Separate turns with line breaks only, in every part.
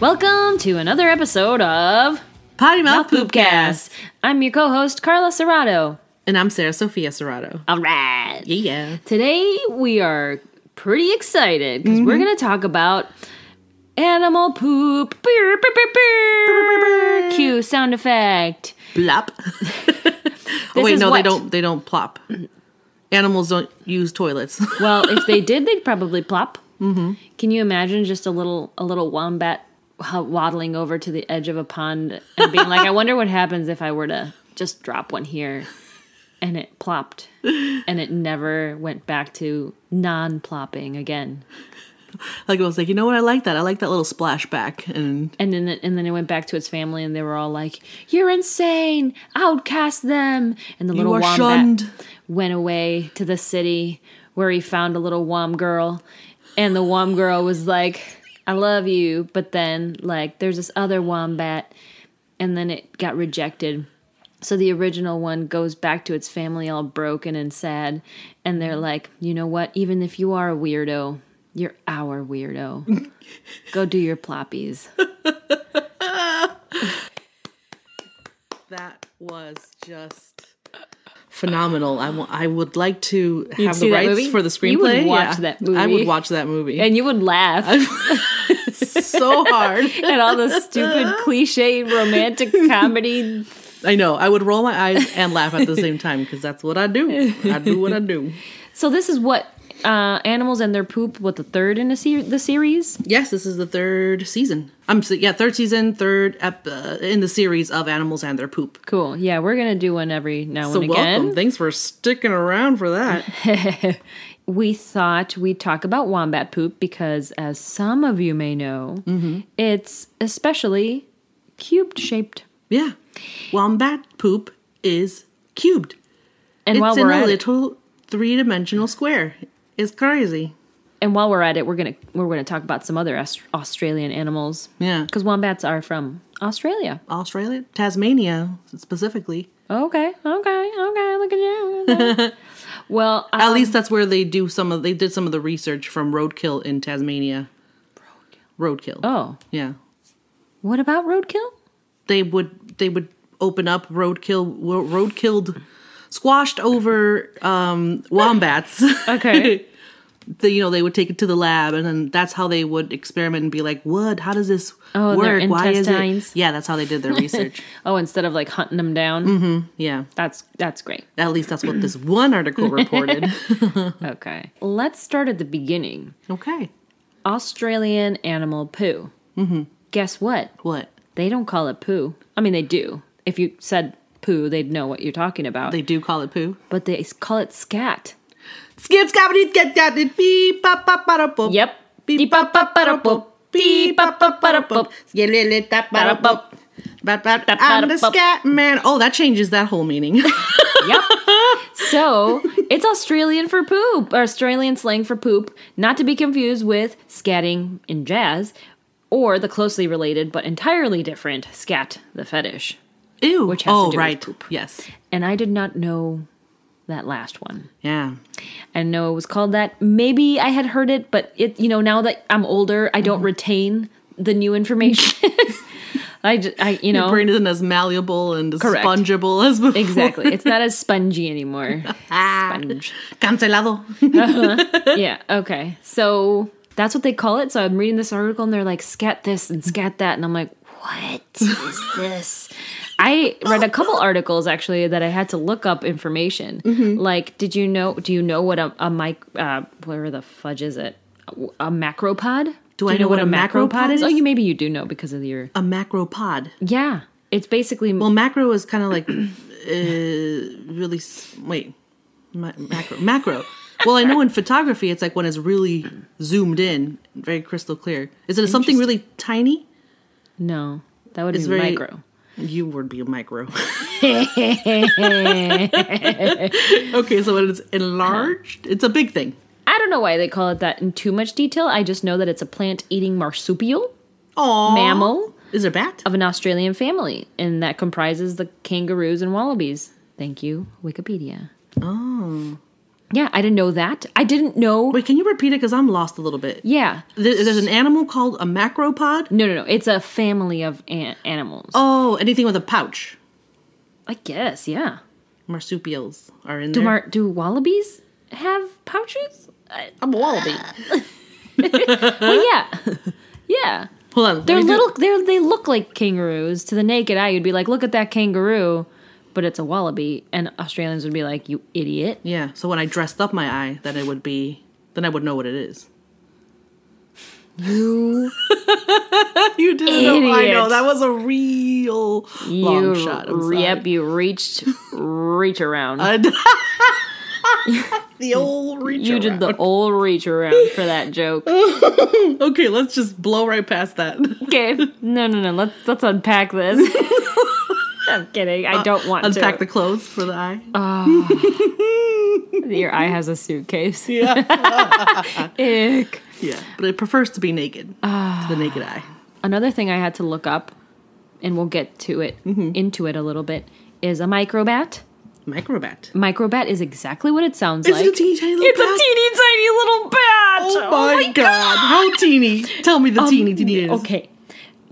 Welcome to another episode of
Potty Mouth, Poopcast.
I'm your co-host Carla Serrato.
And I'm Sarah Sophia Serrato.
All right.
Yeah.
Today we are pretty excited because
Mm-hmm.
we're going to talk about animal poop. Beer, beer, beer, beer. Cue sound effect.
Blop. oh wait,
is
no,
what-
they don't they don't plop. Animals don't use toilets.
Well, if they did, they'd probably plop. Mm-hmm. Can you imagine just a little a little wombat wa- waddling over to the edge of a pond and being like, "I wonder what happens if I were to just drop one here," and it plopped, and it never went back to non-plopping again.
like I was like, you know what? I like that. I like that little splashback. And
And then and then it went back to its family, and they were all like, "You're insane! Outcast them!" And the
you
little
are
wombat
shunned.
went away to the city where he found a little wom girl and the wom girl was like i love you but then like there's this other wombat and then it got rejected so the original one goes back to its family all broken and sad and they're like you know what even if you are a weirdo you're our weirdo go do your ploppies
That was just phenomenal. I wa- I would like to have
see
the
that
rights
movie?
for the screenplay.
You would watch that
I
movie.
would watch that movie.
and you would laugh
so hard.
at all the stupid cliche romantic comedy
I know. I would roll my eyes and laugh at the same time because that's what I do. I do what I do.
So this is what uh, animals and their poop. What the third in the, ser- the series?
Yes, this is the third season. I'm so, yeah, third season, third ep- uh, in the series of animals and their poop.
Cool. Yeah, we're gonna do one every now
So
and again.
welcome. Thanks for sticking around for that.
We thought we'd talk about wombat poop because, as some of you may know,
Mm-hmm.
it's especially cubed shaped.
yeah, wombat poop is cubed.
And
it's
while
in
we're
a
at it,
little three-dimensional square. It's crazy.
and while we're at it, we're gonna we're gonna talk about some other Aus- Australian animals.
Yeah.
because wombats are from Australia.
Australia, Tasmania specifically.
Okay, okay, okay. Look at you. Look at that. well,
At
um,
least that's where they do some of they did some of the research from roadkill in Tasmania. Roadkill.
oh,
Yeah.
what about roadkill?
they would they would open up roadkill wo- roadkilled squashed over um wombats
Okay.
the, you know they would take it to the lab and then that's how they would experiment and be like what how does this
Oh, their
work why is
intestines.
it yeah that's how they did their research
Oh, instead of like hunting them down,
yeah
that's that's great.
at least that's what this one article reported
Okay, let's start at the beginning.
okay
Australian animal poo. Mm-hmm. Guess what?
what
They don't call it poo. I mean, they do. If you said poo, they'd know what you're talking about.
they do call it poo
but they call it scat.
skid scabbity get that it beep pop pop bada, boop.
Yep.
beep pop pop bada, boop. beep pop pop bada, boop. Skillet, tap, bada, boop. Bop, bop,
Tap,
I'm
bada,
the
boop.
scat man. Oh, that changes that whole meaning.
Yep. so it's Australian for poop, or Australian slang for poop, not to be confused with scatting in jazz, or the closely related but entirely different scat, the fetish.
Ew.
Which has to
oh,
do with
right.
poop.
Yes.
And I did not know that last one.
Yeah.
I didn't know it was called that. Maybe I had heard it, but it you know now that I'm older, I don't retain the new information. I, ju- I you know
Brain isn't as malleable and as
Oh. Correct.
spongeable as before.
exactly. It's not as spongy anymore. Sponge.
Cancelado.
yeah. Okay. So that's what they call it. So I'm reading this article and they're like, scat this and scat that. And I'm like, what is this? I read a couple articles actually that I had to look up information.
Mm-hmm.
Like, did you know, do you know what a, a mic, uh, where the fudge is it? A, a macropod?
Do
you
I know what a macropod is?
Oh, you maybe you do know because of your.
A macropod.
Yeah. It's basically.
Well, macro is kind of like uh, really. s- Wait. Ma- macro. Macro. Well, I know in photography, it's like when it's really zoomed in, very crystal clear. Is it something really tiny?
no, that would be
very-
micro.
You would be a micro. okay, so when it's enlarged, it's a big thing.
I don't know why they call it that in too much detail. I just know that it's a plant eating marsupial
Aww.
mammal.
Is there a bat?
of an Australian family, and that comprises the kangaroos and wallabies. Thank you, Wikipedia.
Oh.
Yeah, I didn't know that. I didn't know.
Wait, can you repeat it? Because I'm lost a little bit.
Yeah.
There- There's an animal called a macropod.
No, no, no. It's a family of an- animals.
Oh, anything with a pouch.
I guess, yeah.
Marsupials are in
Do,
there.
mar- do wallabies have pouches? I-
I'm a wallaby.
well, yeah. yeah.
Hold on. let
They're
me do-
little, they're, they look like kangaroos. To the naked eye, you'd be like, look at that kangaroo, but it's a wallaby. And Australians would be like, you idiot.
Yeah. So when I dressed up my eye, then it would be. Then I would know what it is.
You,
You didn't know. I know
Idiot.
that was a real long shot. I'm sorry.
Yep, you reached, reach around.
the old reach.
you did the old reach around for that joke.
Okay, let's just blow right past that.
Okay. No, no, no. Let's let's unpack this. I'm kidding. I don't want
Uh, Unpack the
to.
clothes for the eye.
Uh. Your eye has a suitcase.
yeah.
Ick.
Yeah. But it prefers to be naked.
Ah.
to the naked eye.
Another thing I had to look up, and we'll get to it
Mm-hmm.
into it a little bit, is a microbat.
Microbat.
Microbat is exactly what it sounds
It's
like.
a teeny tiny little
It's
bat.
a teeny tiny little bat.
Oh, my, god. How teeny? Tell me the teeny teeny is.
Um, Okay.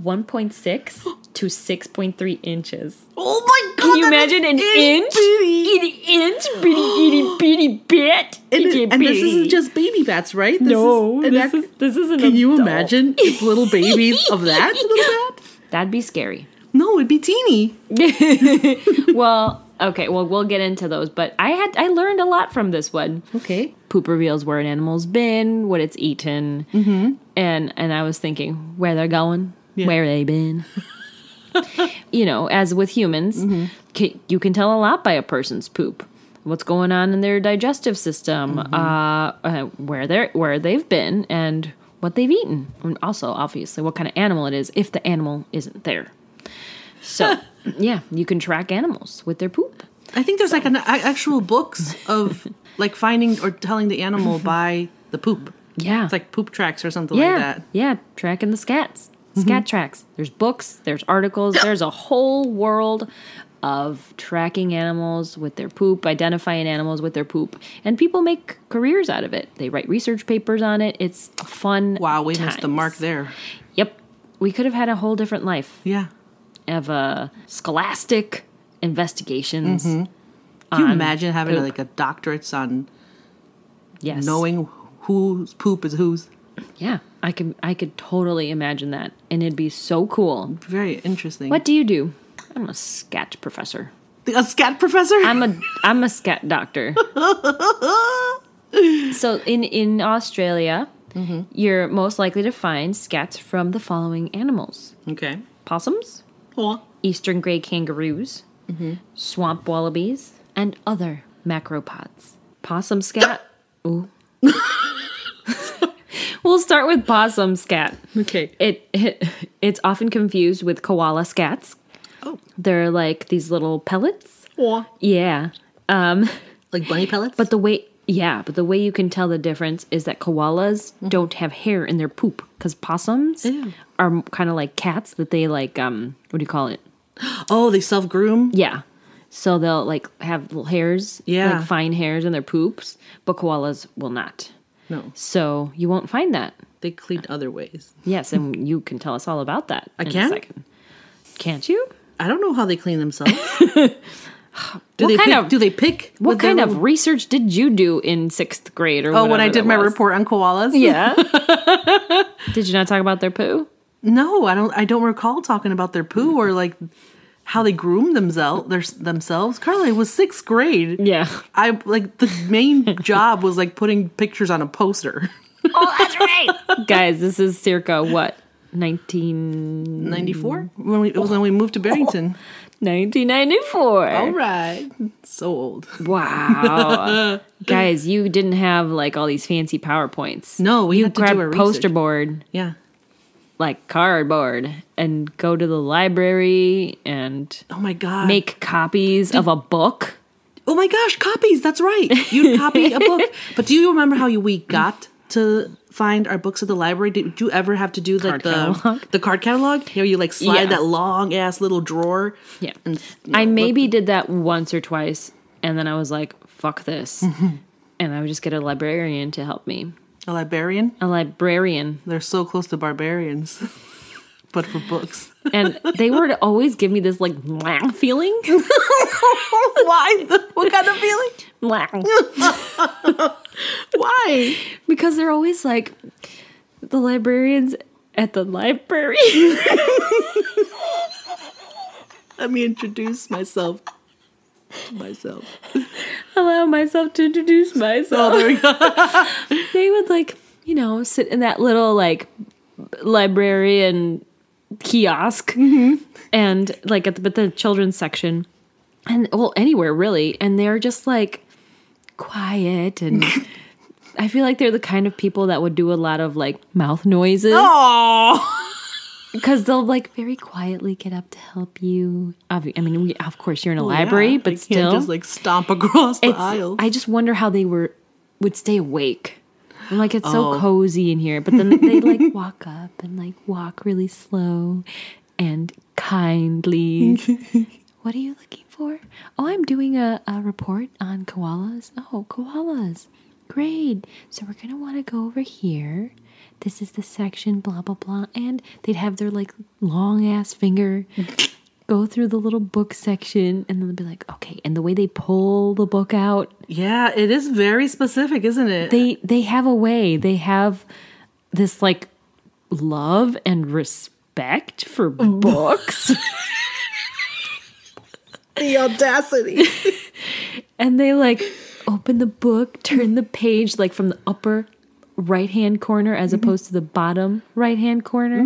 1.6 to 6.3 inches.
Oh my god.
Can you
that is
imagine an
itty
inch?
bitty.
Itty inch, bitty, itty, bitty bit.
And,
itty
it- and this isn't
bitty.
just baby bats, right? This
No,
Is, an
this
ac-
is this is an.
can you
adult.
imagine if little babies of that little bat?
That'd be scary.
No, it'd be teeny.
well, okay. Well, we'll get into those, but I had I learned a lot from this one.
Okay.
Poop reveals where an animal's been, what it's eaten, and and I was thinking where they're going, where they been. you know, as with humans, ca- you can tell a lot by a person's poop. What's going on in their digestive system? Uh, uh, where they're where they've been and what they've eaten, and also obviously what kind of animal it is if the animal isn't there. So yeah, you can track animals with their poop.
I think there's like an a- actual books of like finding or telling the animal by the poop.
Yeah,
It's like poop tracks or something
Mm-hmm. yeah,
like that. Mm-hmm.
yeah, tracking the scats, scat tracks. There's books, there's articles, there's a whole world of tracking animals with their poop, identifying animals with their poop, and people make careers out of it. They write research papers on it. It's fun.
Wow, we missed the
times.
mark there.
Yep, we could have had a whole different life
Yeah.
of uh, scholastic investigations.
Mm-hmm. Can
Um,
you imagine having
poop.
like a doctorate's on
Yes,
knowing whose poop is whose?
yeah, I can, I could totally imagine that, and it'd be so cool.
Very interesting.
What do you do? I'm a scat professor.
A scat professor?
I'm a I'm a scat doctor. so in in Australia, you're most likely to find scats from the following animals:
okay.
possums,
Well,
eastern grey kangaroos, swamp wallabies, and other macropods. Possum scat. Ooh. we'll start with possum scat.
okay.
It, it it's often confused with koala scats.
Oh.
They're like these little pellets.
Well,
Yeah. Um
like bunny pellets?
But the way, yeah, but the way you can tell the difference is that koalas don't have hair in their poop because possums
Mm-hmm. Ew.
are kind of like cats that they like. Um, what do you call it?
oh, they self groom?
Yeah, so they'll like have little hairs,
Yeah.
like fine hairs in their poops, but koalas will not.
No.
So you won't find that.
They clean other ways.
Yes, and you can tell us all about that. I
can?
A second. Can't you?
I don't know how they clean themselves. do
What
they
kind
pick,
of-
do they pick?
What
with their
kind of
little-
research did you do in sixth grade or?
Oh, when I
whatever
did
that
my
was?
report on koalas?
Yeah. did you not talk about their poo?
No, I don't. I don't recall talking about their poo or like how they groom themselves their, themselves. Carly it was sixth grade.
Yeah.
I like the main job was like putting pictures on a poster.
Oh, that's right. Guys, this is circa what? 19,
Ninety four when we it was when we moved to Barrington.
1994.
All right, so old.
Wow. Guys, you didn't have like all these fancy PowerPoints.
No, we had to
Grab
do our
poster
research.
board,
Yeah.
like cardboard, and go to the library and
Oh my god.
make copies of a book.
Oh my gosh, copies. That's right. You'd copy a book. But do you remember how you, we got to find our books at the library? Did, you ever have to do
Card
like the
catalog.
the card catalog? Here you like slide
Yeah.
that long ass little drawer.
Yeah.
And s-
I maybe did that once or twice, and then I was like, fuck this. and I would just get a librarian to help me.
A librarian?
A librarian.
They're so close to barbarians, but for books.
And they would always give me this like "Mwah" feeling.
Why? the- What kind of feeling?
Mwah.
Why?
because they're always like the librarians at the library.
Let me introduce myself. to Myself.
Allow myself to introduce myself.
Oh, there we go.
They would like, you know, sit in that little like librarian kiosk and like at the, but the children's section and well anywhere really and they're just like quiet and I feel like they're the kind of people that would do a lot of like mouth noises.
Aw.
because they'll like very quietly get up to help you. Obvi- I mean, we, of course, you're in a library,
Oh, Yeah,
but
they
still,
can't just like stomp across the
it's-
aisle.
I just wonder how they were would stay awake. I'm like, it's
Oh.
so cozy in here, but then they like walk up and like walk really slow and kindly. what are you looking for? Oh, I'm doing a, a report on koalas. Oh, koalas. Great. So we're going to want to go over here. This is the section, blah, blah, blah. And they'd have their like long ass finger go through the little book section and then they'd be like, okay. And the way they pull the book out,
yeah, it is very specific, isn't it?
they they have a way. They have this like love and respect for books.
the audacity.
and they like open the book, turn the page like from the upper right hand corner as opposed to the bottom right hand corner,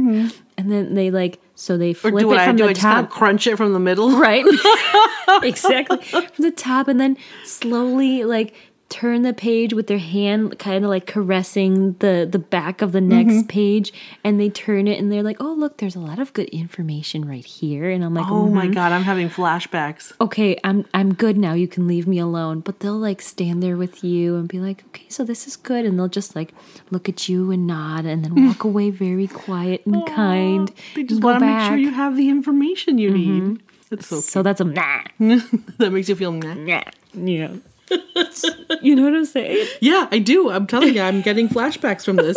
and then they like so they flip
Mm-hmm. do what
it
I
from
do. I
the
just kind
top
of crunch it from the middle.
right exactly from the top and then slowly like turn the page with their hand kind of like caressing the the back of the next
Mm-hmm.
page and they turn it and they're like oh look there's a lot of good information right here and i'm like
Oh my god, I'm having flashbacks.
okay i'm i'm good now you can leave me alone but they'll like stand there with you and be like okay so this is good and they'll just like look at you and nod and then walk away very quiet and kind
They
and
just
go
want to make sure
back. Mm-hmm.
you have the information you need. That's so
so that's a nah
that makes you feel nah.
Yeah. Yeah. you know what I'm saying?
Yeah, I do. I'm telling you, I'm getting flashbacks from this.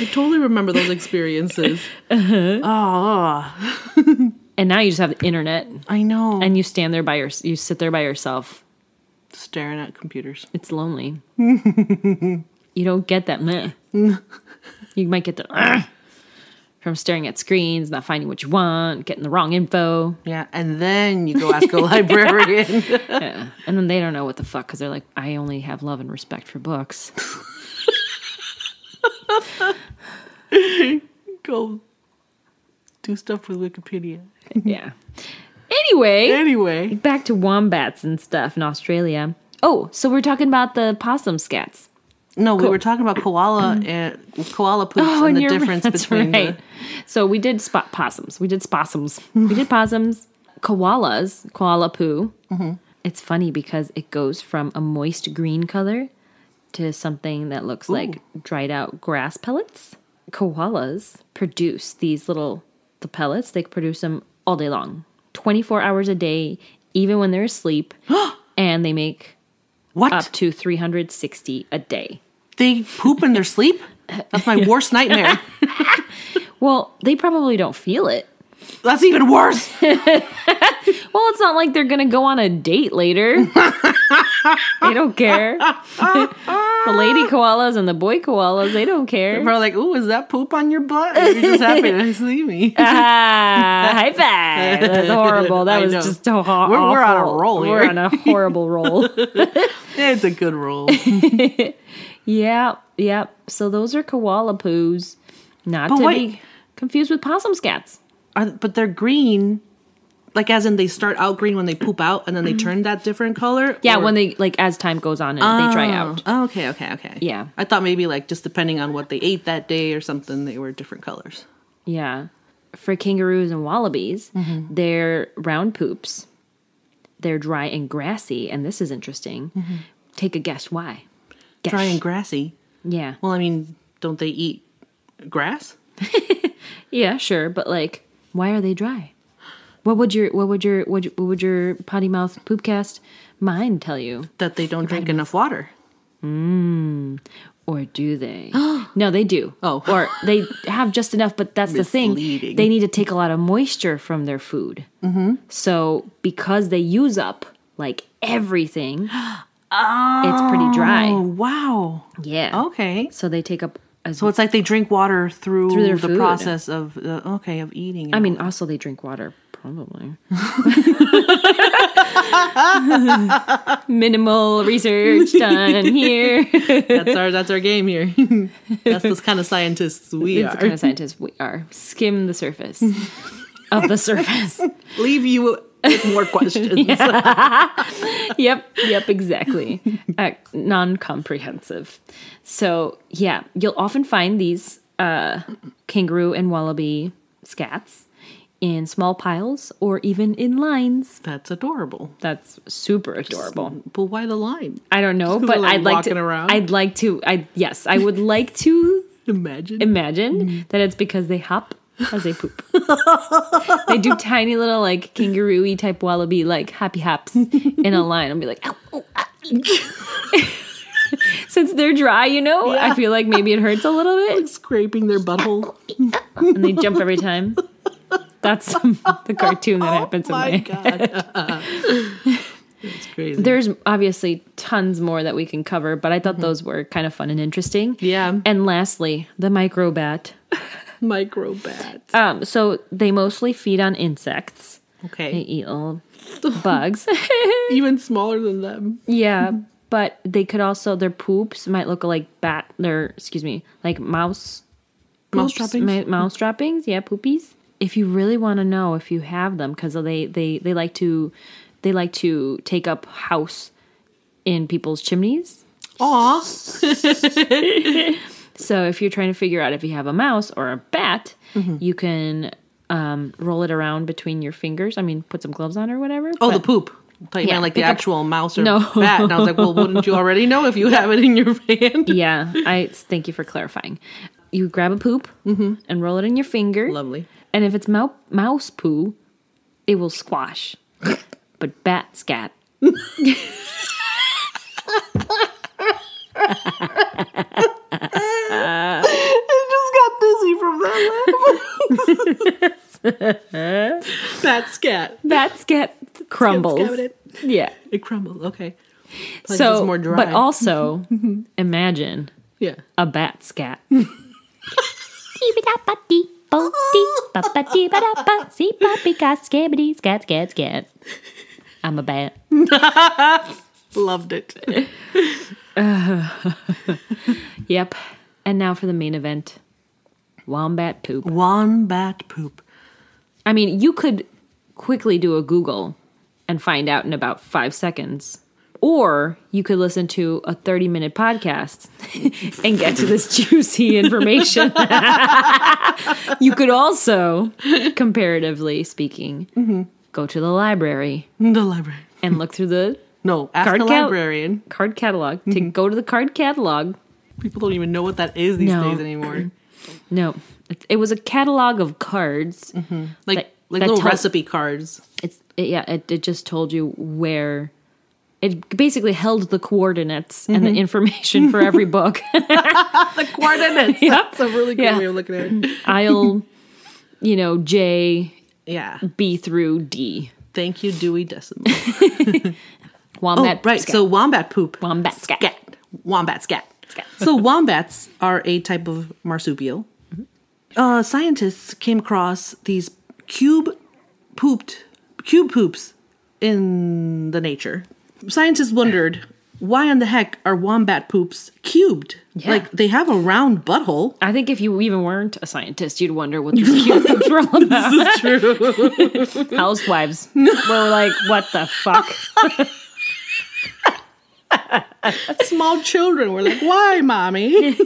I totally remember those experiences.
Uh-huh.
Oh,
And now you just have the internet
I know.
and you stand there by your you sit there by yourself.
Staring at computers.
It's lonely. you don't get that meh. you might get the "Ugh" from staring at screens, not finding what you want, getting the wrong info,
Yeah, and then you go ask a librarian.
and then they don't know what the fuck cuz they're like I only have love and respect for books.
go do stuff with Wikipedia.
yeah. Anyway,
Anyway,
back to wombats and stuff in Australia. Oh, so we're talking about the possum scats.
no, we were talking about koala and koala poops and the
Oh, you're-
difference
that's
between
right. So we did spot possums. We did possums. we did possums. Koalas, koala poo.
Mm-hmm.
It's funny because it goes from a moist green color to something that looks like dried out grass pellets. Koalas produce these little the pellets. They produce them all day long, twenty four hours a day, even when they're asleep, and they make
the what
up to three hundred sixty a day.
they poop in their sleep. That's my worst nightmare.
Well, they probably don't feel it.
That's even worse.
Well, it's not like they're gonna go on a date later. they don't care. the lady koalas and the boy koalas, they don't care.
Probably like, ooh, is that poop on your butt? Or You're just happy to see me.
Ah, high five! That's horrible. That
I
was
know.
just so ho-
We're- we're on a
awful.
roll
We're
here.
on a horrible roll.
it's a good rule.
yeah, yeah. So those are koala poos, not to
wait.
be confused with possum scats.
Are, but they're green, like as in they start out green when they poop out, and then they turn that different color.
Yeah,
or-
when they like as time goes on and they dry out.
Oh, okay, okay, okay.
Yeah.
I thought maybe like just depending on what they ate that day or something, they were different colors.
Yeah. For kangaroos and wallabies, their round poops, they're dry and grassy. And this is interesting. Take a guess why. Guess.
Dry and grassy.
yeah.
Well, I mean, don't they eat grass?
Yeah, sure. But like, why are they dry? What would your what would your what would your, what would your potty mouth poopcast mind tell you?
That they don't drink enough water.
Or do they? no, they do.
Oh.
Or they have just enough, but that's the thing.
Misleading.
They need to take a lot of moisture from their food. Mm-hmm. So because they use up like everything, it's pretty
Oh,
dry.
wow.
Yeah.
Okay.
So they take up as
So it's like they drink water through,
Through their
the
food.
process of uh, okay of eating.
I mean, also they drink water, probably. Minimal research done here.
that's our that's our game here. that's the kind of scientists we
It's
are.
the kind of scientists we are. Skim the surface of the surface.
Leave you with more questions.
yep, yep, exactly. Uh, non comprehensive. So, yeah, you'll often find these uh, kangaroo and wallaby scats in small piles or even in lines.
That's adorable.
That's super adorable.
But why the line?
I don't know,
'cause
but
they're, like,
I'd like
walking
to.
around?
I'd like to. I yes, I would like to
Imagine.
imagine
Mm-hmm.
that it's because they hop as they poop. they do tiny little like kangaroo-y type wallaby like happy hops in a line. I'll be like, ow, ow, ah, eek." since they're dry, you know, I feel like maybe it hurts a little bit,
Scraping their butthole.
and they jump every time. That's the cartoon that happens in
Oh My
my
God. That's crazy.
There's obviously tons more that we can cover, but I thought those were kind of fun and interesting.
Mm-hmm. Yeah.
And lastly, the microbat.
Microbat.
Um, so they mostly feed on insects. They
Okay.
eat little bugs.
Even smaller than them.
yeah. But they could also their poops might look like bat their excuse me, like mouse
Mouse
poops,
droppings?
mi- mouse droppings, yeah, poopies. If you really want to know if you have them, because they, they they like to they like to take up house in people's chimneys.
Aw.
So if you're trying to figure out if you have a mouse or a bat,
Mm-hmm.
you can um, roll it around between your fingers. I mean, put some gloves on or whatever.
Oh,
but-
the poop. I thought you
Yeah,
meant like the
pick up-
actual mouse or
No.
bat. And I was like, well, wouldn't you already know if you have it in your hand?
yeah. I thank you for clarifying. You grab a poop and roll it in your finger,
Lovely.
and if it's mou- mouse poo, it will squash. but bat scat.
I just got dizzy from that laugh. Bat scat.
Bat scat crumbles.
Scat it.
Yeah.
It crumbles. Okay. Like
so,
it's more dry.
but also imagine
yeah.
a bat scat. scat, scat, scat. I'm a bat.
Loved it.
Yep. And now for the main event wombat poop.
One bat poop.
I mean, you could quickly do a Google and find out in about five seconds. Or you could listen to a 30 minute podcast and get to this juicy information. you could also, comparatively speaking, go to the library
The library.
and look through the
No, ask
Card
a
count?
librarian.
card catalog. To go to the card catalog,
People don't even know what that is these
No.
days anymore.
no, it, it was a catalog of cards.
Like
That-
like
that
little
tell-
recipe cards.
It's it, yeah, it, it just told you where it basically held the coordinates and
Mm-hmm.
the information for every book.
The coordinates.
Yep.
That's a really good
Yeah.
way of looking at it.
Aisle, you know, J
Yeah.
B through D.
Thank you, Dewey Decimal.
Wombat,
right.
Oh, scat.
So wombat poop.
wombat scat.
Scat. Wombat scat. so wombats are a type of marsupial.
Mm-hmm.
Uh, scientists came across these cube pooped cube poops in the nature. Scientists wondered why in the heck are wombat poops cubed?
Yeah.
Like they have a round butthole.
I think if you even weren't a scientist, you'd wonder what these cubes were all about. Housewives were like, "What the fuck."
small children were like, "Why, mommy?"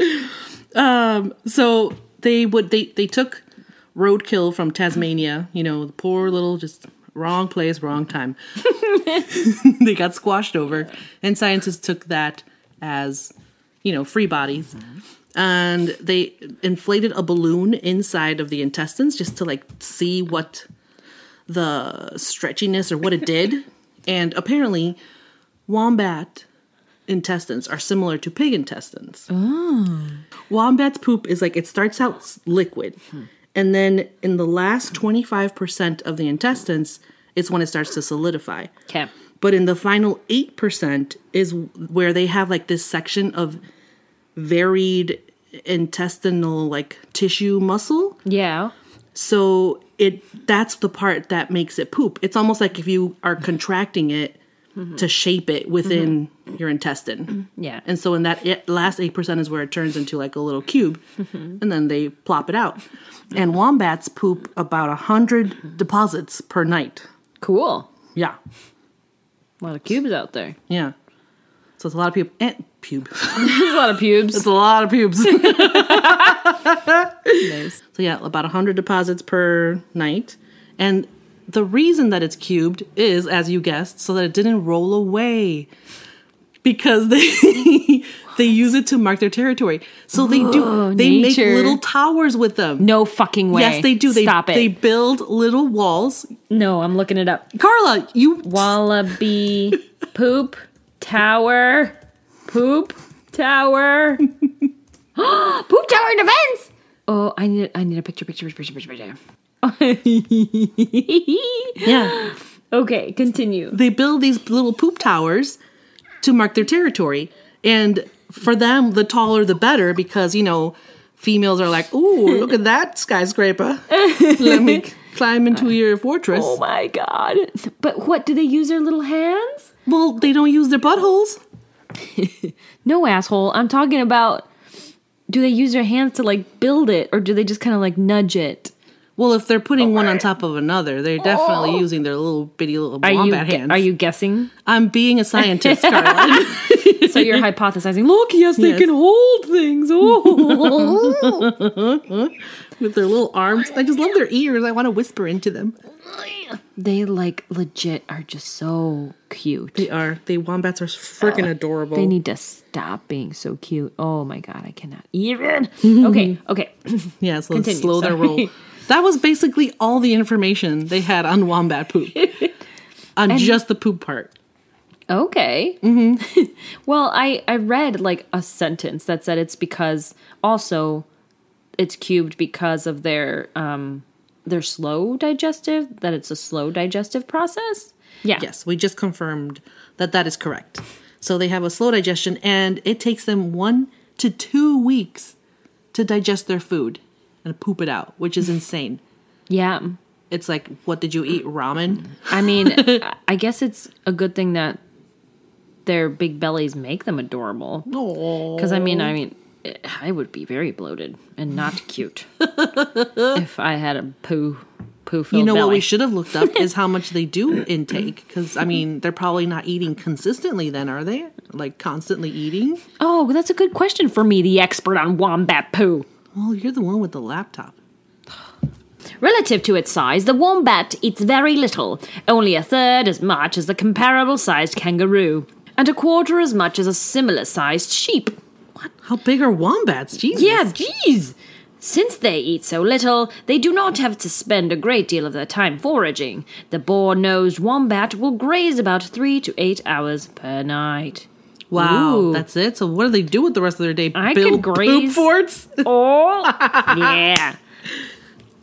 um, so they would they they took roadkill from Tasmania. You know, the poor little just wrong place, wrong time. they got squashed over, and scientists took that as you know free bodies. And they inflated a balloon inside of the intestines just to like see what the stretchiness or what it did. and apparently, wombat intestines are similar to pig intestines. Oh. Wombat's poop is like it starts out s- liquid, and then in the last 25% of the intestines, it's when it starts to solidify.
Okay.
But in the final 8% is where they have like this section of varied intestinal like tissue muscle.
Yeah.
So it that's the part that makes it poop. It's almost like if you are contracting it to shape it within your intestine.
Yeah.
And so in that it, last 8% is where it turns into like a little cube and then they plop it out. And wombats poop about 100 deposits per night.
Cool.
Yeah.
A lot of cubes out there.
Yeah. So it's a lot of pube and pube.
There's a lot of pubes.
It's a lot of pubes.
Nice.
So yeah, about 100 deposits per night. And the reason that it's cubed is, as you guessed, so that it didn't roll away. Because they they use it to mark their territory. So they do they
nature.
make little towers with them.
No fucking way.
Yes, they do. They
Stop it.
they build little walls.
no, I'm looking it up.
Carla, you
Wallaby poop tower. Poop tower. poop tower defense. Oh, I need I need a picture, picture, picture, picture, picture. picture.
Yeah.
okay, continue.
they build these little poop towers to mark their territory. And for them, the taller the better because, you know, females are like, ooh, look at that skyscraper. Let me climb into your fortress.
Oh my god. But what do they use their little hands?
Well, they don't use their buttholes.
No asshole. I'm talking about do they use their hands to like build it or do they just kind of like nudge it?
Well, if they're putting one on top of another, they're definitely
Oh.
using their little bitty little
Are you
wombat
gu-
hands.
are you guessing?
I'm being a scientist, Carla.
So you're hypothesizing. Look, yes, they
Yes.
can hold things. Oh,
With their little arms. I just love their ears. I want to whisper into them.
they like legit are just so cute.
They are. The wombats are freaking adorable.
They need to stop being so cute. Oh my god, I cannot even. Okay, okay.
Yeah, so
Continue,
let's slow their
sorry.
roll. That was basically all the information they had on wombat poop, on just the poop part.
Okay. Mm-hmm. well, I I read like a sentence that said it's because also it's cubed because of their um their slow digestive that it's a slow digestive process. Yeah.
Yes, we just confirmed that that is correct. So they have a slow digestion, and it takes them one to two weeks to digest their food and poop it out, which is insane.
Yeah.
It's like, what did you eat? Ramen?
I mean, I- I guess it's a good thing that their big bellies make them adorable.
Oh,
Because I mean, I mean, eh, I would be very bloated and not cute if I had a poo poo filled
you know what
belly.
we should have looked up is how much they do intake. Because I mean, they're probably not eating consistently. Then are they like constantly eating?
oh, that's a good question for me, the expert on wombat poo.
Well, you're the one with the laptop.
Relative to its size, the wombat eats very little, only a third as much as the comparable sized kangaroo, and a quarter as much as a similar sized sheep.
How big are wombats? Jesus.
Yeah, jeez. Since they eat so little, they do not have to spend a great deal of their time foraging. The boar-nosed wombat will graze about three to eight hours per night.
Wow.
Ooh.
That's it. So what do they do with the rest of their day?
I
Build
could
poop
graze.
forts?
Oh, yeah.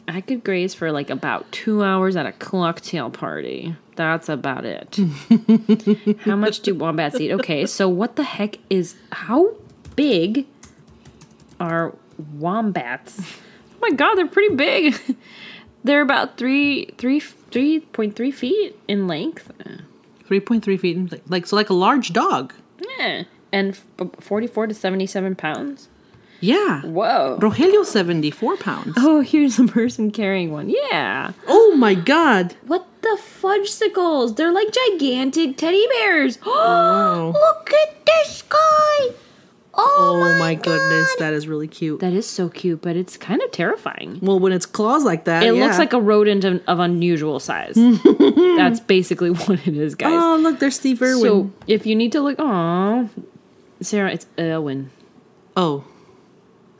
I could graze for like about two hours at a cocktail party. That's about it. how much do wombats eat? Okay, so what the heck is how big are wombats? Oh my god, they're pretty big. They're about three, three, three point three feet in length.
Three point three feet, in- like so, like a large dog.
Yeah, and f- forty-four to seventy-seven pounds.
Yeah.
Whoa.
Rogelio seventy four pounds.
Oh, here's a person carrying one. Yeah.
Oh my god.
What the fudgesicles? They're like gigantic teddy bears. Look at this guy.
Oh
Oh,
my, goodness, that is really cute.
That is so cute, but it's kind of terrifying.
well, when it's claws like that,
It
Uh, yeah.
looks like a rodent of, of unusual size. That's basically what it is, guys.
Oh look, there's Steve Irwin.
so if you need to look, oh, Sarah, it's Irwin.
oh,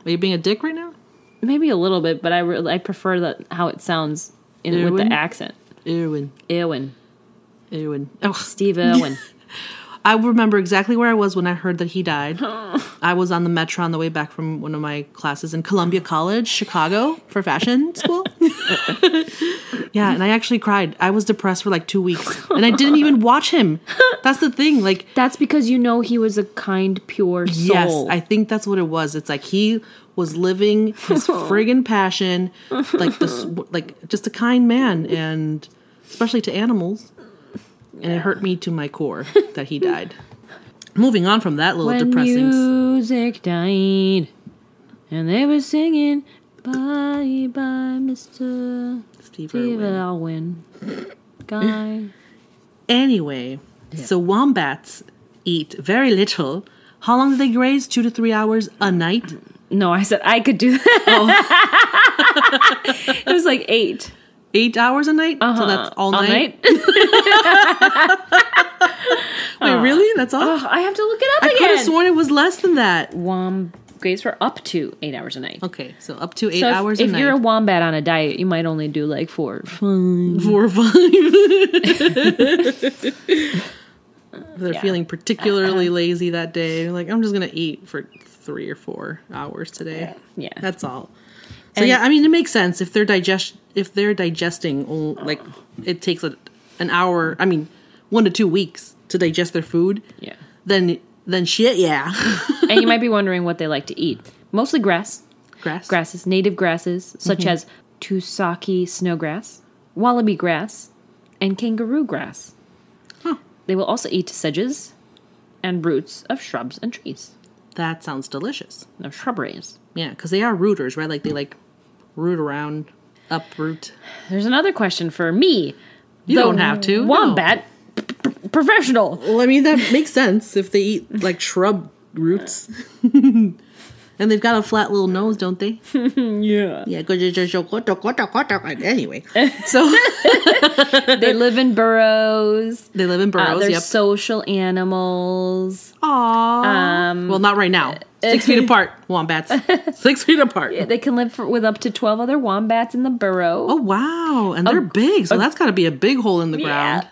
are you being a dick right now?
Maybe a little bit, but I re- I prefer that how it sounds in, with
Irwin?
the accent.
Irwin,
Irwin,
Irwin. Oh,
Steve Irwin.
I remember exactly where I was when I heard that he died. I was on the metro on the way back from one of my classes in Columbia College, Chicago, for fashion school. yeah, and I actually cried. I was depressed for like two weeks, and I didn't even watch him. That's the thing. Like,
That's because you know he was a kind, pure soul.
yes, I think that's what it was. It's like he was living his
Oh.
friggin' passion, like this, like just a kind man, and especially to animals. And it hurt me to my core that he died. Moving on from that little
when
depressing.
music died, and they were singing "Bye Bye, Mister
Steve
Steve
Irwin.
Irwin." Guy,
Anyway, so wombats eat very little. How long do they graze? Two to three hours a night.
no, I said I could do that. it was like eight. Uh,
Eight hours a night. So that's all,
Oh. Uh-huh. All
night.
night.
Wait, really? That's all.
Ugh, I have to look it up
I could have
Uh-huh. again.
sworn it was less than that.
Wom grades were up to eight hours a night.
Okay, so up to eight
So if,
hours
if
a night.
you're a wombat on a diet, you might only do like four.
four or five. They're
Yeah. Uh,
feeling particularly lazy that day. They're Like, I'm just gonna eat for three or four hours today.
Yeah. Yeah.
that's all. So yeah, I mean, it makes sense if they're digest if they're digesting all like it takes a, an hour. I mean, one to two weeks to digest their food.
Yeah.
Then then shit, yeah,
and you might be wondering what they like to eat. Mostly grass,
grass,
grasses, native grasses such
Mm-hmm.
as Tusaki snowgrass, wallaby grass, and kangaroo grass. They will also eat sedges and roots of shrubs and trees,
That sounds delicious.
no shrubberies.
Yeah, because they are rooters, right? Like they like root around, uproot.
There's another question for me.
You don't have to, no.
Wombat p- p- professional.
Well, I mean that makes sense if they eat like shrub roots. And they've got a flat little nose, don't they?
Yeah.
Yeah. Anyway, so
They live in burrows.
they live in
Uh,
burrows.
they're
yep.
social animals.
Aww.
um,
well, not right now. Six feet apart, wombats. Six feet apart.
They can live for, with up to 12 other wombats in the burrow.
Oh wow, and they're big, so that's got to be a big hole in the ground.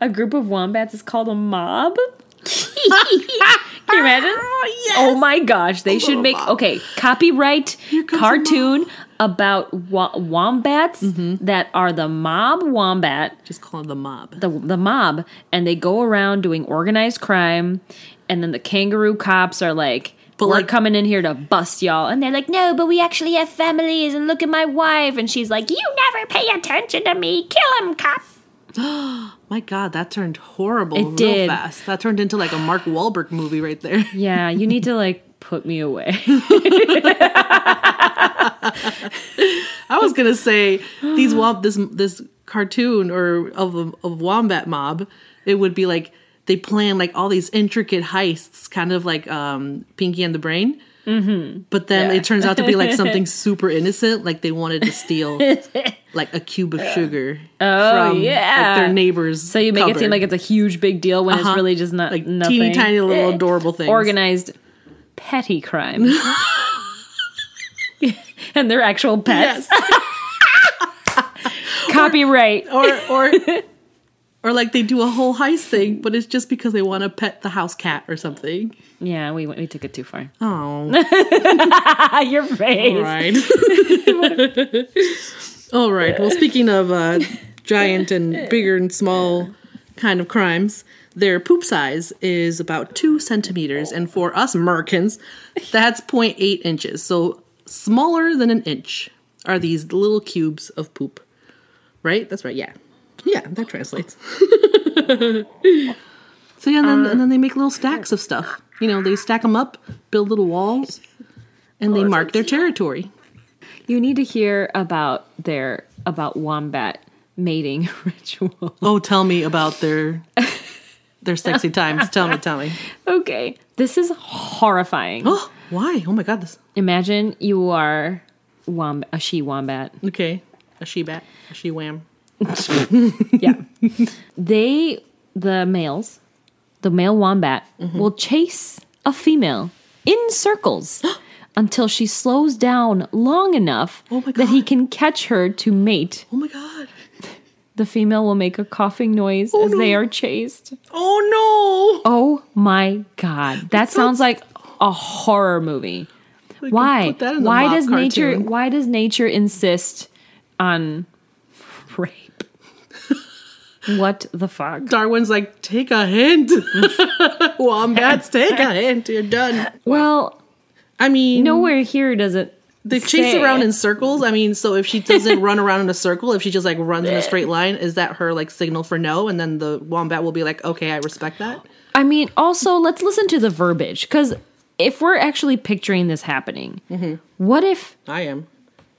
A group of wombats is called a mob. Can you imagine?
Oh, yes.
Oh my gosh, they should
little
make
mob.
okay, copyright
comes a
cartoon about wa- wombats
Mm-hmm.
that are the mob wombat,
Just call them the mob.
the the mob and they go around doing organized crime and then the kangaroo cops are like
But,
we're
like-
coming in here to bust y'all and they're like no but we actually have families and look at my wife and she's like you never pay attention to me kill him cop
My God, that turned horrible real
did.
fast. That turned into like a Mark Wahlberg movie right there.
yeah you need to like put me away
I was gonna say these womp this this cartoon or of a- of wombat mob. It would be like they plan like all these intricate heists, kind of like um, Pinky and the Brain. Mm-hmm. But then
Yeah.
it turns out to be like something super innocent, like they wanted to steal like a cube of sugar from
Oh,
like,
yeah.
their neighbors.
so you make it seem like it's a huge big deal when it's really just not
Uh-huh. like
nothing
teeny tiny little adorable things.
organized petty crime and they're actual pets
Yes.
copyright
or or or like they do a whole heist thing, but it's just because they want to pet the house cat or something.
yeah we went we took it too far
Oh. Uh-huh.
Ah, your face.
All right. All right. Well, speaking of uh, giant and bigger and small kind of crimes, their poop size is about two centimeters, and for us Americans, that's 0.8 inches. So smaller than an inch are these little cubes of poop. Right? That's right. Yeah. Yeah, that translates. so yeah, and then, and then they make little stacks of stuff. You know, they stack them up, build little walls, and
Oh,
they mark their territory.
You need to hear about their about wombat mating ritual.
Oh, tell me about their their sexy times. Tell me, tell me.
Okay. This is horrifying.
Oh, why? Oh my God, this.
Imagine you are womb a she wombat.
Okay, a she bat, a she wham.
Yeah. they the males, the male wombat
Mm-hmm.
will chase a female in circles until she slows down long enough
Oh my
that he
God.
can catch her to mate.
Oh my God,
The female will make a coughing noise as they are chased.
Oh
Oh my god. That sounds
sounds-
like a horror movie.
no! We can
Why?
put that in the
Why
mob
does nature
cartoon.
why does nature insist on rape? what the fuck?
Darwin's like, take a hint. Wombats, take a hint. You're done.
Well,
I mean,
nowhere here does it
they chase
say.
around in circles. I mean, so if she doesn't run around in a circle, if she just like runs in a straight line, is that her like signal for no? And then the wombat will be like, okay, I respect that.
I mean, also let's listen to the verbiage because if we're actually picturing this happening,
Mm-hmm.
what if
I am.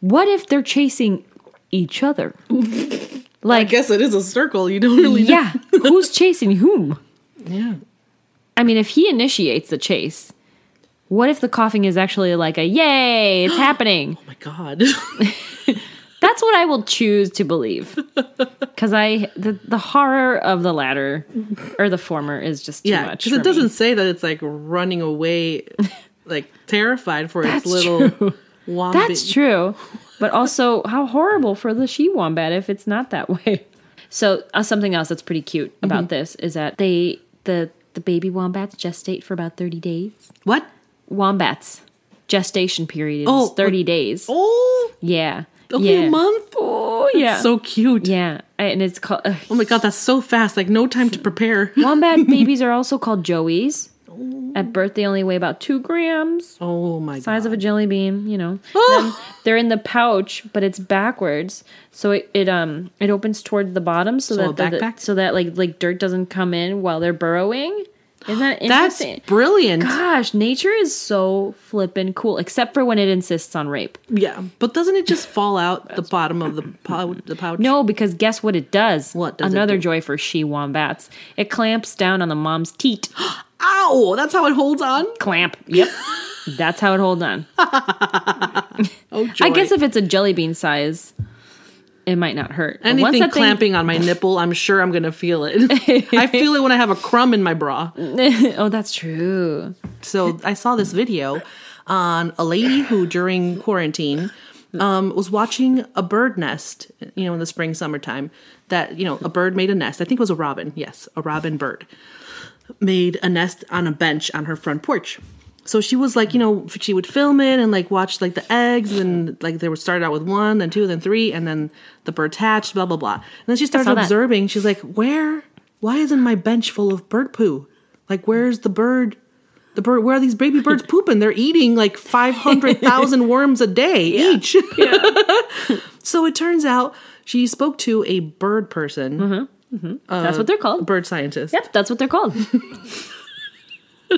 what if they're chasing each other?
I
like,
guess it is a circle. You don't really know.
yeah, who's chasing whom?
Yeah.
I mean, if he initiates the chase, what if the coughing is actually like a yay, it's happening?
Oh my God.
That's what I will choose to believe because I the, the horror of the latter or the former is just too
yeah.
much.
Because
for
it
me.
doesn't say that it's like running away, like terrified for
That's
its little
true.
wombat.
That's true. But also, how horrible for the she wombat if it's not that way. So uh, something else that's pretty cute about
Mm-hmm.
this is that they the the baby wombats gestate for about thirty days.
What?
Wombats gestation period is
Oh,
thirty days.
Oh,
yeah,
only
yeah.
a month?
Oh yeah,
So cute.
yeah, and it's called uh,
Oh my god, that's so fast. Like no time to prepare.
wombat babies are also called joeys. At birth, they only weigh about two grams.
Oh my god.
size of a jelly bean, you know.
Oh!
Then they're in the pouch, but it's backwards, so it, it um it opens towards the bottom, so,
So a
that the- the,
backpack?
so that like like dirt doesn't come in while they're burrowing. Isn't that
That's
interesting?
brilliant.
Gosh, nature is so flippin' cool, except for when it insists on rape.
Yeah, but doesn't it just fall out the bottom of the pouch? The pouch?
No, because guess what it does?
What does it
Another
do?
joy for she wombats. It clamps down on the mom's teat.
Ow! That's how it holds on.
Clamp. Yep. That's how it holds on.
Oh, joy.
I guess if it's a jelly bean size, it might not hurt. But once
anything
that thing-
clamping on my nipple, I'm sure I'm gonna feel it. I feel it when I have a crumb in my bra.
oh, that's true.
So I saw this video on a lady who, during quarantine, um, was watching a bird nest. You know, in the spring summertime, that you know a bird made a nest. I think it was a robin. Yes, a robin bird made a nest on a bench on her front porch. So she was like, you know, she would film it and like watch like the eggs and like they would start out with one, then two, then three, and then the birds hatched, blah blah blah. And then she started
saw that.
observing. She's like, where? Why isn't my bench full of bird poo? Like, where's the bird? The bird? Where are these baby birds pooping? They're eating like five hundred thousand worms a day each. so it turns out she spoke to a bird person,
Mm-hmm. that's what they're
a
called.
bird scientist.
Yep, that's what they're called.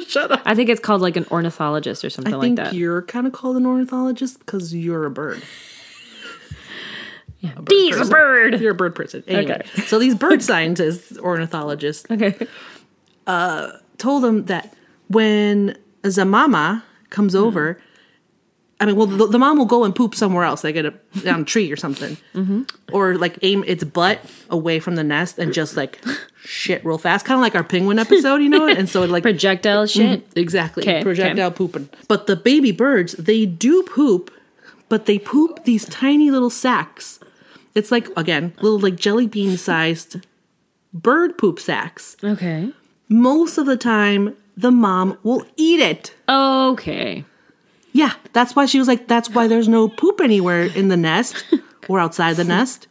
Shut up.
I think it's called like an ornithologist or something
I
like
think
that.
you're kind of called an ornithologist because you're a bird.
Bees a bird.
You're a bird person. Anyway,
Okay.
so these bird scientists, ornithologists,
Okay.
told them that when the mama comes
Hmm.
over, I mean, well, the, the mom will go and poop somewhere else, like at a, on a tree or something,
Mm-hmm.
or like aim its butt away from the nest and just like shit real fast, kind of like our penguin episode, you know? And so it like
Projectile
Mm-hmm.
shit.
Exactly.
'Kay,
Projectile pooping. But the baby birds, they do poop, but they poop these tiny little sacks. It's like, again, little like jelly bean sized bird poop sacks.
Okay.
Most of the time, the mom will eat it.
Okay.
Yeah, that's why she was like, that's why there's no poop anywhere in the nest or outside the nest.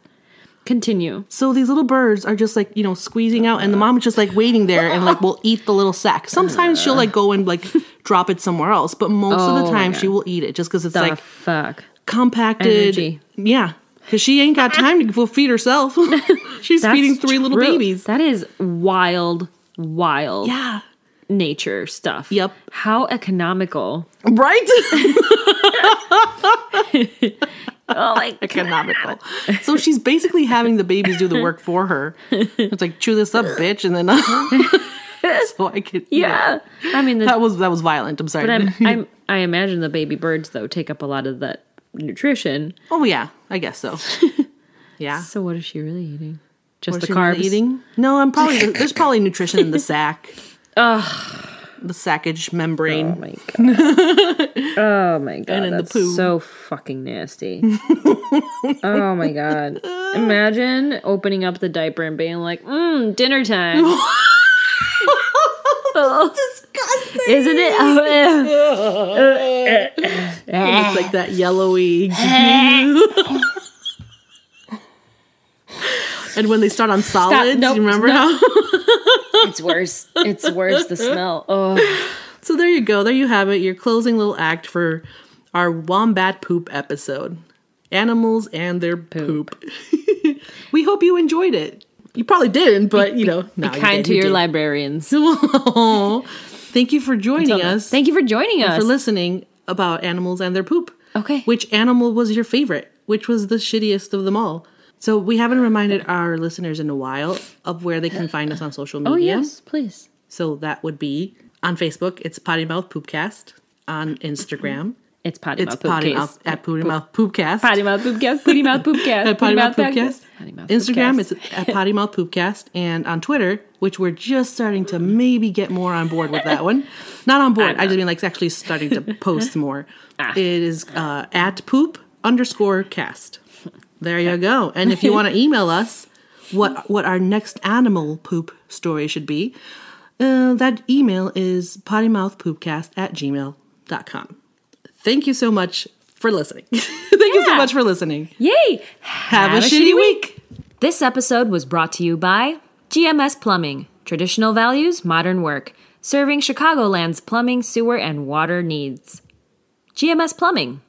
Continue.
So these little birds are just like, you know, squeezing out, and the mom is just like waiting there and like will eat the little sack. Sometimes she'll like go and like drop it somewhere else, but most
Oh
of
my
the time
God.
she will eat it just because it's
The
like
fuck.
compacted.
Energy.
Yeah. Because she ain't got time to go feed herself. She's feeding three little
true.
babies.
That is wild, wild
Yeah.
nature stuff.
Yep.
How economical.
Right?
Oh my
Economical. So she's basically having the babies do the work for her. It's like, chew this up, bitch, and then so I could eat it.
Yeah. I mean, the,
That was that was violent. I'm sorry.
but I'm, I'm, I imagine the baby birds though take up a lot of that nutrition.
oh yeah, I guess so. Yeah.
So what is she really eating? Just
What
the
she really
carbs.
eating? No, I'm probably there's probably nutrition in the sack. the saccage membrane.
Oh my god. oh my god.
in the
that's
poo.
so fucking nasty. oh my god. Imagine opening up the diaper and being like, mmm, dinner time. Oh,
Disgusting.
Isn't it? Oh, eh.
It's like that yellowy. and when they start on solids,
Nope.
you remember how?
eh. it's worse. It's worse. The smell. Oh,
so there you go. There you have it. Your closing little act for our wombat poop episode. Animals and their poop. we hope you enjoyed it. You probably didn't, but you know, no, you
kind
did,
to
you
your
did.
librarians.
Aw. Thank you for joining us.
Thank you for joining us.
for listening about animals and their poop.
Okay.
Which animal was your favorite? Which was the shittiest of them all? So we haven't reminded our listeners in a while of where they can find us on social media.
oh yes, please.
So that would be on Facebook, it's Potty Mouth Poopcast. On Instagram,
It's potty
it's
mouth poop
Potty
case.
Mouth at Potty Mouth Poopcast.
Potty mouth poop cast. Potty mouth poop cast.
At Potty Mouth Poopcast.
Potty mouth
Instagram,
poopcast.
it's at Potty Mouth Poopcast. And on Twitter, which we're just starting to maybe get more on board with that one. Not on board. I just mean like it's actually starting to post more.
Ah.
It is uh, at poop underscore cast. There you go. And if you want to email us what what our next animal poop story should be, uh, that email is pottymouthpoopcast at gmail.com. Thank you so much for listening. Thank you so
Yeah.
much for listening.
Yay!
Have, a, shitty, week.
This episode was brought to you by GMS Plumbing, traditional values, modern work, serving Chicagoland's plumbing, sewer, and water needs. GMS Plumbing,